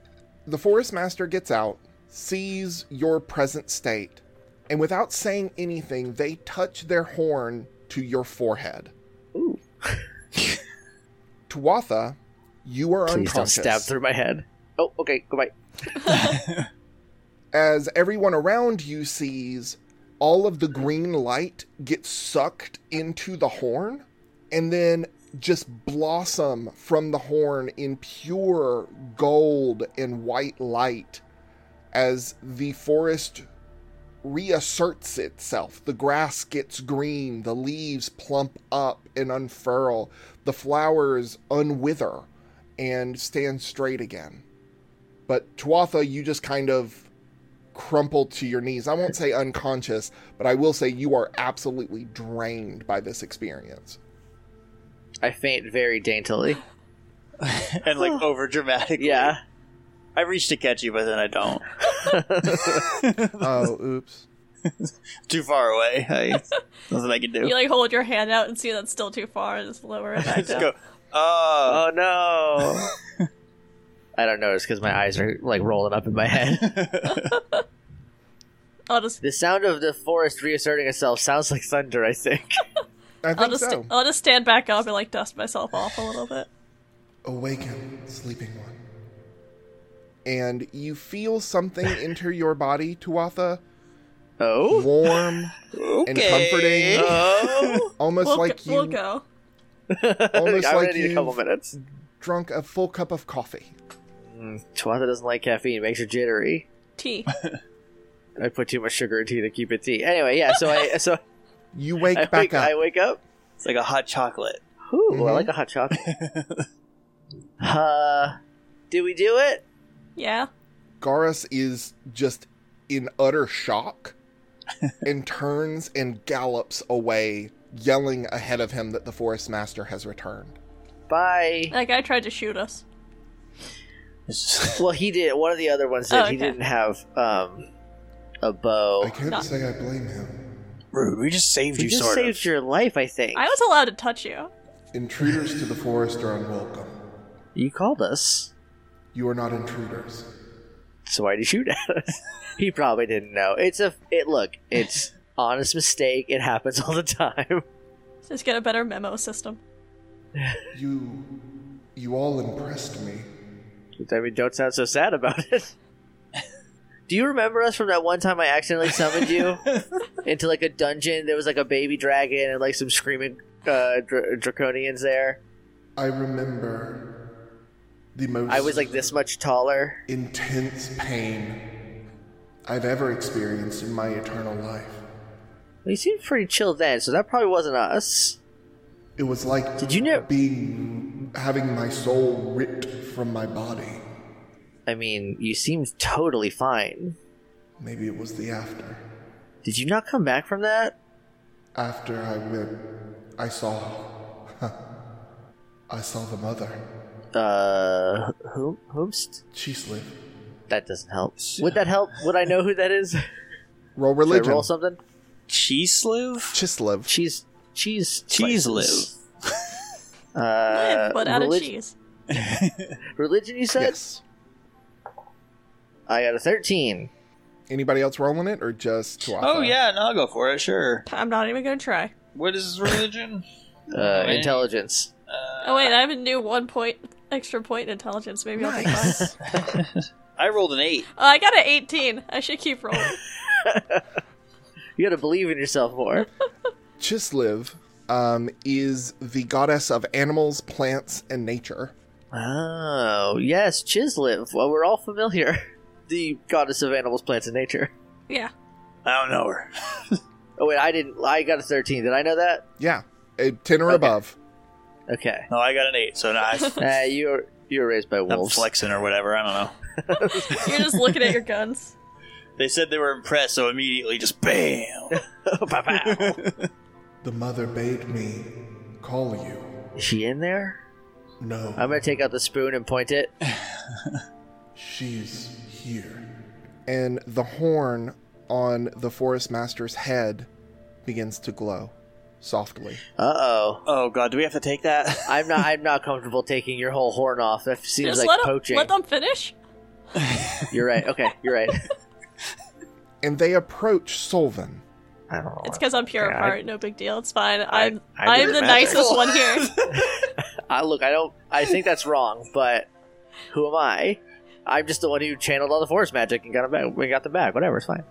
E: the forest master gets out, sees your present state, and without saying anything, they touch their horn to your forehead.
B: Ooh.
E: Tuatha, you are
B: Please don't
E: unconscious.
B: stab through my head. Oh, okay, goodbye.
E: As everyone around you sees, all of the green light gets sucked into the horn, and then just blossom from the horn in pure gold and white light as the forest reasserts itself. The grass gets green, the leaves plump up and unfurl, the flowers unwither and stand straight again. But Tuatha, you just kind of crumple to your knees. I won't say unconscious, but I will say you are absolutely drained by this experience.
B: I faint very (laughs) daintily.
C: And like over dramatic.
B: Yeah.
C: I reach to catch you, but then I don't.
E: (laughs) Oh, oops.
C: Too far (laughs) away. I, nothing I can do.
D: You like hold your hand out and see that's still too far and just
E: (laughs)
D: lower it
C: I
D: back
C: just
D: down.
C: go. Oh,
B: Oh no. (laughs) I don't notice because my eyes are like rolling up in my head. (laughs)
D: I'll just,
B: The sound of the forest reasserting itself sounds like thunder, I think.
E: I
D: I'll
E: think
D: just,
B: oh.
E: so.
D: I'll just stand back up and like dust myself off a little bit.
E: Awaken, sleeping one. And you feel (laughs) something enter your body, Tuatha,
B: Oh?
E: warm and comforting,
B: Oh?
E: almost
D: We'll,
E: like
D: go,
E: you
D: we'll go.
B: (laughs)
E: Almost
B: I
E: like
B: need a
E: you've-
B: couple minutes.
E: drunk a full cup of coffee.
B: Mm. Tuatha doesn't like caffeine; makes her jittery.
E: (laughs)
D: Tea.
B: I put too much sugar in tea to keep it tea. Anyway, yeah. So I so
E: You (laughs) wake
B: I
E: back
B: wake
E: up.
B: I wake up.
C: It's like a hot chocolate.
B: Ooh, I
E: Mhm.
B: like a hot (laughs) chocolate. uh, did we do it?
D: Yeah.
E: Garrus is just in utter shock and turns and gallops away, yelling ahead of him that the forest master has returned.
B: Bye.
D: That guy tried to shoot us.
C: (laughs)
B: Well, he did. One of the other ones did.
D: Oh,
B: He
D: okay.
B: didn't have um a bow.
E: can't
D: Not-
E: say I blame him.
C: Rude. We just saved
B: You
C: you,
B: just
C: sort
B: saved
C: of.
B: your life, I think.
D: I was allowed to touch you.
E: Intruders to the forest are unwelcome.
B: You called us,
E: You are not intruders.
B: so why'd you (laughs) shoot at us? he probably didn't know. It's a it. Look, (laughs) it's honest mistake. It happens all the time.
D: Just get a better memo system.
E: You. You all impressed me.
B: I mean, don't sound so sad about it. Do you remember us from that one time I accidentally summoned you into like a dungeon? There was like a baby dragon and like some screaming uh, dra- draconians there.
E: I remember the most
B: I was like this much taller.
E: intense pain I've ever experienced in my eternal life.
B: You seemed pretty chill then, so that probably wasn't us.
E: It was like
B: Did you know?
E: being having my soul ripped from my body.
B: I mean, you seemed totally fine.
E: Maybe it was the after.
B: Did you not come back from that?
E: After I went, I saw. I saw the mother.
B: Uh, who? Whoops.
E: She slid.
B: That doesn't help. Would that help? Would I know who that is? Should
E: Roll
B: I
E: religion.
B: roll something?
C: Chislev?
E: Chislev.
B: Cheese. Cheese.
C: Cheese
B: slices.
D: Live,
B: Uh,
D: but out
B: relig-
D: of cheese.
B: Religion, you said?
E: Yes.
B: I got a 13.
E: Anybody else rolling it or just Tuatha?
C: Oh yeah, no, I'll go for it. Sure.
D: I'm not even gonna try.
C: What is his religion?
B: Uh,
C: Wait.
B: intelligence.
D: Oh wait, I have a new one point extra point in intelligence. Maybe I'll take five.
E: (laughs) Nice.
C: (laughs) I rolled an eight.
D: Oh, I got an 18. I should keep rolling.
B: (laughs) You gotta believe in yourself
D: (laughs)
B: more.
E: Chisliv um, is the goddess of animals, plants, and nature.
B: Oh, yes, Chislev. Well, we're all familiar. (laughs) The goddess of animals, plants, and nature.
D: yeah.
C: I don't know her.
B: Oh, wait, I didn't. I got a 13. Did I know that?
E: Yeah, a ten or
B: Okay.
E: above.
B: Okay.
C: No, I got an eight. So no, (laughs) I,
B: Uh, you were, you were raised by
C: I'm
B: wolves. (laughs)
C: flexing or whatever. I don't know.
D: You're just looking at your guns.
C: They said they were impressed, so immediately just bam.
B: Pow, pow.
A: The mother bade me call you.
B: (laughs) Is she in there?
A: No,
B: I'm gonna take out the spoon and point it.
A: she's here.
E: and the horn on the forest master's head begins to glow softly.
B: Uh oh.
C: (laughs) Oh god, do we have to take that? (laughs)
B: I'm not. I'm not comfortable taking your whole horn off. That seems
D: Just
B: like
D: let, 'em-
B: poaching.
D: let them finish.
B: You're right. Okay. You're right.
E: And they approach Solven.
B: I don't know.
D: It's because I'm pure
B: Yeah,
D: of
B: I-
D: heart. No big deal. It's fine. I'm
B: I
D: I
B: did
D: am
B: it
D: the
B: magic.
D: nicest one here.
B: (laughs) I look. I don't. I think that's wrong. But who am I? I'm just the one who channeled all the forest magic and got them back. We got them back. Whatever. It's fine.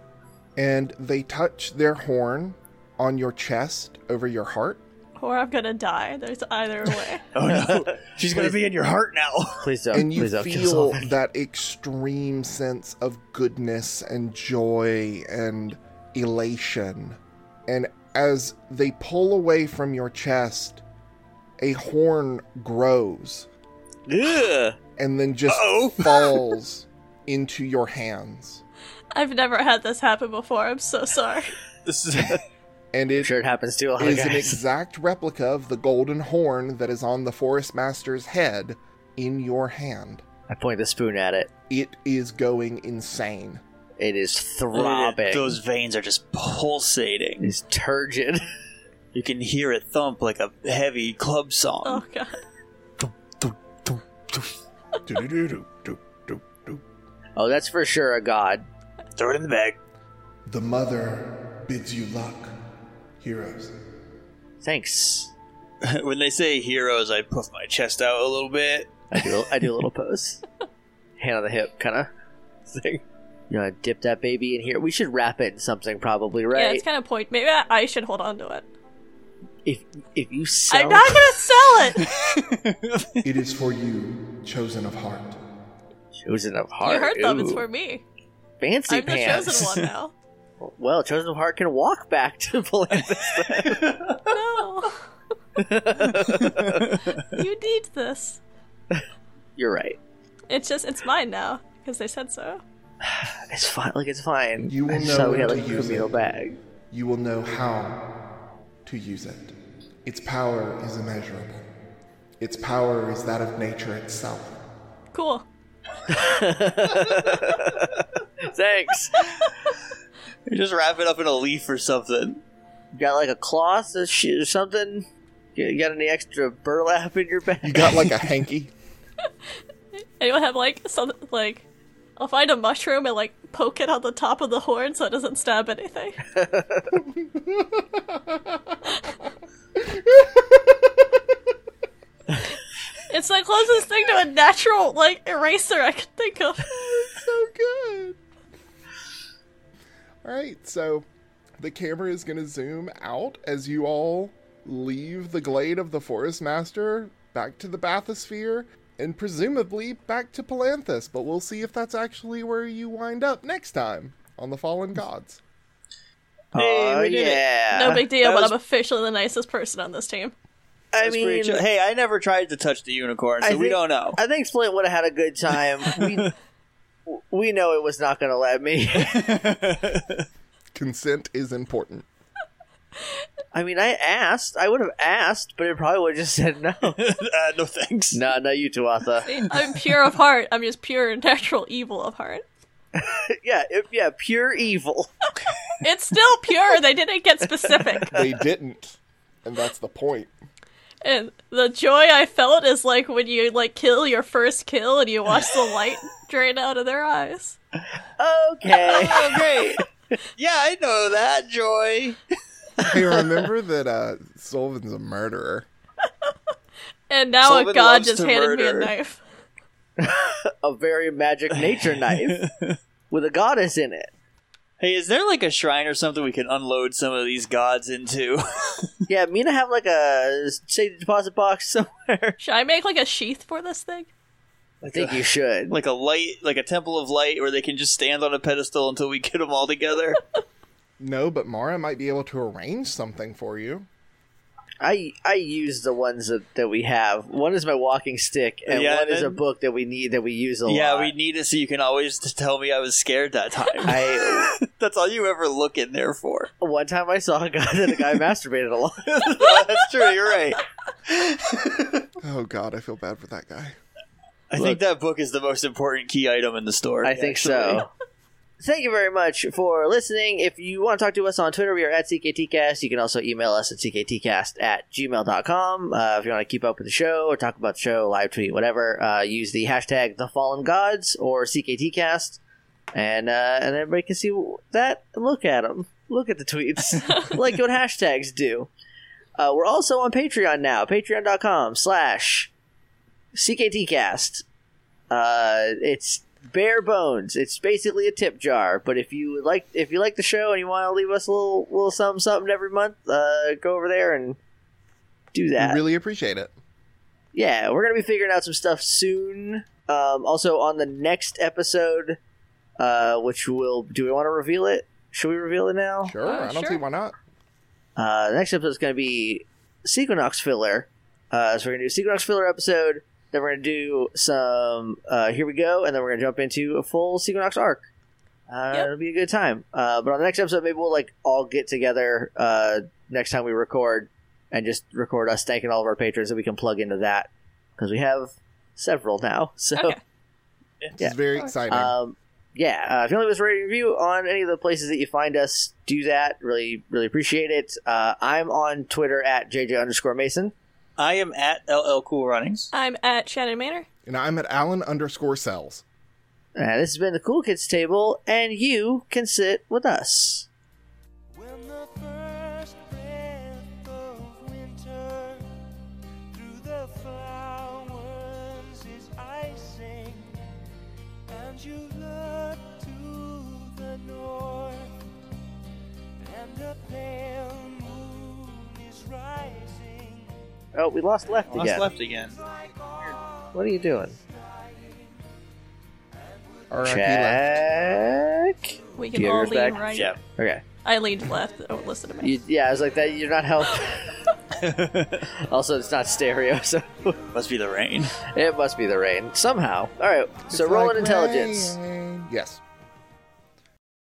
E: And they touch their horn on your chest over your heart.
D: or I'm gonna die. There's either way.
C: oh no, (laughs) she's gonna be in your heart now.
B: Please don't.
E: and you
B: please don't kill
E: feel
B: Solomon.
E: that extreme sense of goodness and joy and elation. And as they pull away from your chest, a horn grows
B: (laughs)
C: Ugh.
E: and then just
C: Uh-oh.
E: falls into your hands.
D: I've never had this happen before. I'm
B: (laughs)
D: so sorry.
C: (laughs) This is (laughs)
E: And
B: I'm
E: it
B: sure it happens to a lot of
E: is an
B: guys.
E: exact replica of the golden horn that is on the forest master's head in your hand.
B: I point the spoon at it.
E: It is going insane.
B: It is throbbing.
C: Those veins are just pulsating.
B: It is turgid. (laughs)
C: You can hear it thump like a heavy club song.
D: Oh god.
A: Do-do-do-do-do-do-do.
B: Oh, that's for sure a god.
C: Throw it in the bag. (laughs)
A: The mother bids you luck, heroes.
B: Thanks.
C: when they say heroes, I puff my chest out a little bit.
B: I do. I do a little pose, hand on the hip, kind of thing. You know, dip that baby in here. We should wrap it in something, probably,
D: Yeah,
B: right?
D: it's kind of point. Maybe I, I should hold on to it.
B: if if you sell,
D: I'm not gonna sell
B: (laughs)
D: it.
A: It is for you, chosen of heart.
B: chosen of heart.
D: you heard them. It's
B: ooh.
D: for me.
B: fancy
D: I'm the
B: pants.
D: chosen one now.
B: Well, chosen of heart can walk back to (laughs) Volantis.
D: No, (laughs) you need this.
B: You're right.
D: It's just it's mine now because they said so.
B: It's fine. Like it's fine.
A: You will
B: I just
A: know
B: thought we
A: when
B: had
A: to
B: like a
A: use
B: communal
A: it.
B: bag.
A: You will know how to use it. Its power is immeasurable. Its power is that of nature itself.
D: Cool.
B: Thanks.
C: You just wrap it up in a leaf or something.
B: You got like a cloth or sh- or something? You got any extra burlap in your bag?
E: You got like a hanky.
D: Anyone have like some like? I'll find a mushroom and like poke it on the top of the horn so it doesn't stab anything. (laughs) it's the closest thing to a natural like eraser I could think of.
E: so good. All right, so the camera is going to zoom out as you all leave the glade of the Forest Master back to the bathysphere and presumably back to Palanthus, but we'll see if that's actually where you wind up next time on the Fallen Gods.
C: Hey,
B: (laughs) oh
C: we did it.
B: yeah.
D: No big deal,
C: that
D: but
C: was-
D: I'm officially the nicest person on this team.
B: I
C: That's pretty
B: mean,
C: chill. hey, I never tried to touch the unicorn, so
B: I
C: we
B: think-
C: don't know.
B: I think Flint would have had a good (laughs) time. We, we know it was not going to let me.
E: Consent is important.
B: I mean, I asked. I would have asked, but it probably would have just said no.
C: (laughs) uh, no thanks.
B: no, no, you
C: (laughs)
B: Tuatha.
D: I'm pure of heart. I'm just pure natural evil of heart.
B: yeah, it, yeah, pure
C: (laughs)
B: evil.
D: It's still pure. They didn't get specific.
E: They didn't, and that's the point.
D: And the joy I felt is like when you like kill your first kill and you watch the light drain out of their eyes.
B: Okay.
C: Oh,
B: (laughs)
C: great. Yeah, I know that joy.
E: Hey, remember that uh, Sylvan's a murderer.
D: And now
C: Sullivan
D: a god
C: loves
D: just
C: to
D: handed me
C: murder.
D: a knife.
B: a very magic
C: (laughs)
B: nature knife with a goddess in it.
C: Hey, is there like a shrine or something we can unload some of these gods into? (laughs)
B: Yeah, Mina have like a safety deposit box (laughs) somewhere.
D: Should I make like a sheath for this thing?
B: I think you should.
C: like a light, like a temple of light where they can just stand on a pedestal until we get them all together?
E: No, but Mara might be able to arrange something for you.
B: I I use the ones that, that we have. One is my walking stick, and
C: Yeah,
B: one is a
C: then-
B: book that we need that we use a
C: yeah,
B: lot.
C: we need it so you can always t- tell me I was scared that time.
B: I
C: (laughs) That's all you ever look in there for.
B: one time I saw a guy (laughs) that a guy masturbated a lot.
C: That's true, you're right.
E: Oh God, I feel bad for that guy.
C: I think that book is the most important key item in the store.
B: I think
C: actually. (laughs)
B: so. Thank you very much for listening. If you want to talk to us on Twitter, we are at CKTcast. You can also email us at CKTcast at gmail.com. Uh, if you want to keep up with the show or talk about the show, live tweet, whatever, uh, use the hashtag The Fallen Gods or CKTcast. And, uh, and everybody can see that and look at them. Look at the tweets, like what hashtags do. Uh, we're also on Patreon now, patreon.com slash CKTcast. Uh, it's bare bones. It's basically a tip jar. But if you would like, if you like the show and you want to leave us a little little something something every month, uh, go over there and do
E: We
B: that.
E: really appreciate it.
B: yeah, we're gonna be figuring out some stuff soon. Um, also on the next episode, uh, which will do we want to reveal it? Should we reveal it now?
E: Sure,
D: Uh,
E: I don't
D: sure.
E: see why not.
B: Uh, the next episode is going to be Sequinox filler. Uh, so we're going to do a Sequinox filler episode. Then we're going to do some uh, Here We Go, and then we're going to jump into a full Sequinox arc. Uh,
D: Yep.
B: It'll be a good time. Uh, but on the next episode, maybe we'll like all get together uh, next time we record and just record us thanking all of our patrons, and we can plug into that because we have several now. (laughs) So.
D: Okay.
E: This
B: Yeah.
E: is very exciting.
B: Um, yeah, uh, if you leave us a rating and review on any of the places that you find us, do that. Really, really appreciate it. Uh, I'm on Twitter at JJ underscore Mason.
C: I am at LL Cool Runnings.
D: I'm at Shannon Manor.
E: and I'm at Alan underscore cells.
B: Uh, this has been the Cool Kids Table, and you can sit with us.
F: When the first breath of winter through the flowers is icing, and you look to the north, and the pale moon is rising.
B: Oh, we lost left
C: Lost
B: again.
C: left again.
B: What are you doing?
E: R.I.P. left.
B: Check.
D: We can
B: Yeah,
D: all
B: yours
D: lean
B: back.
D: right.
C: Yeah.
B: Okay.
D: I leaned left. Don't listen to me.
B: You, yeah, I was like that. You're
E: (laughs)
B: not helping. also, it's not stereo, so (laughs)
C: Must be the rain. (laughs)
B: it must be the rain somehow. All right. so
E: It's
B: roll
E: like
B: an intelligence.
E: rain. Yes.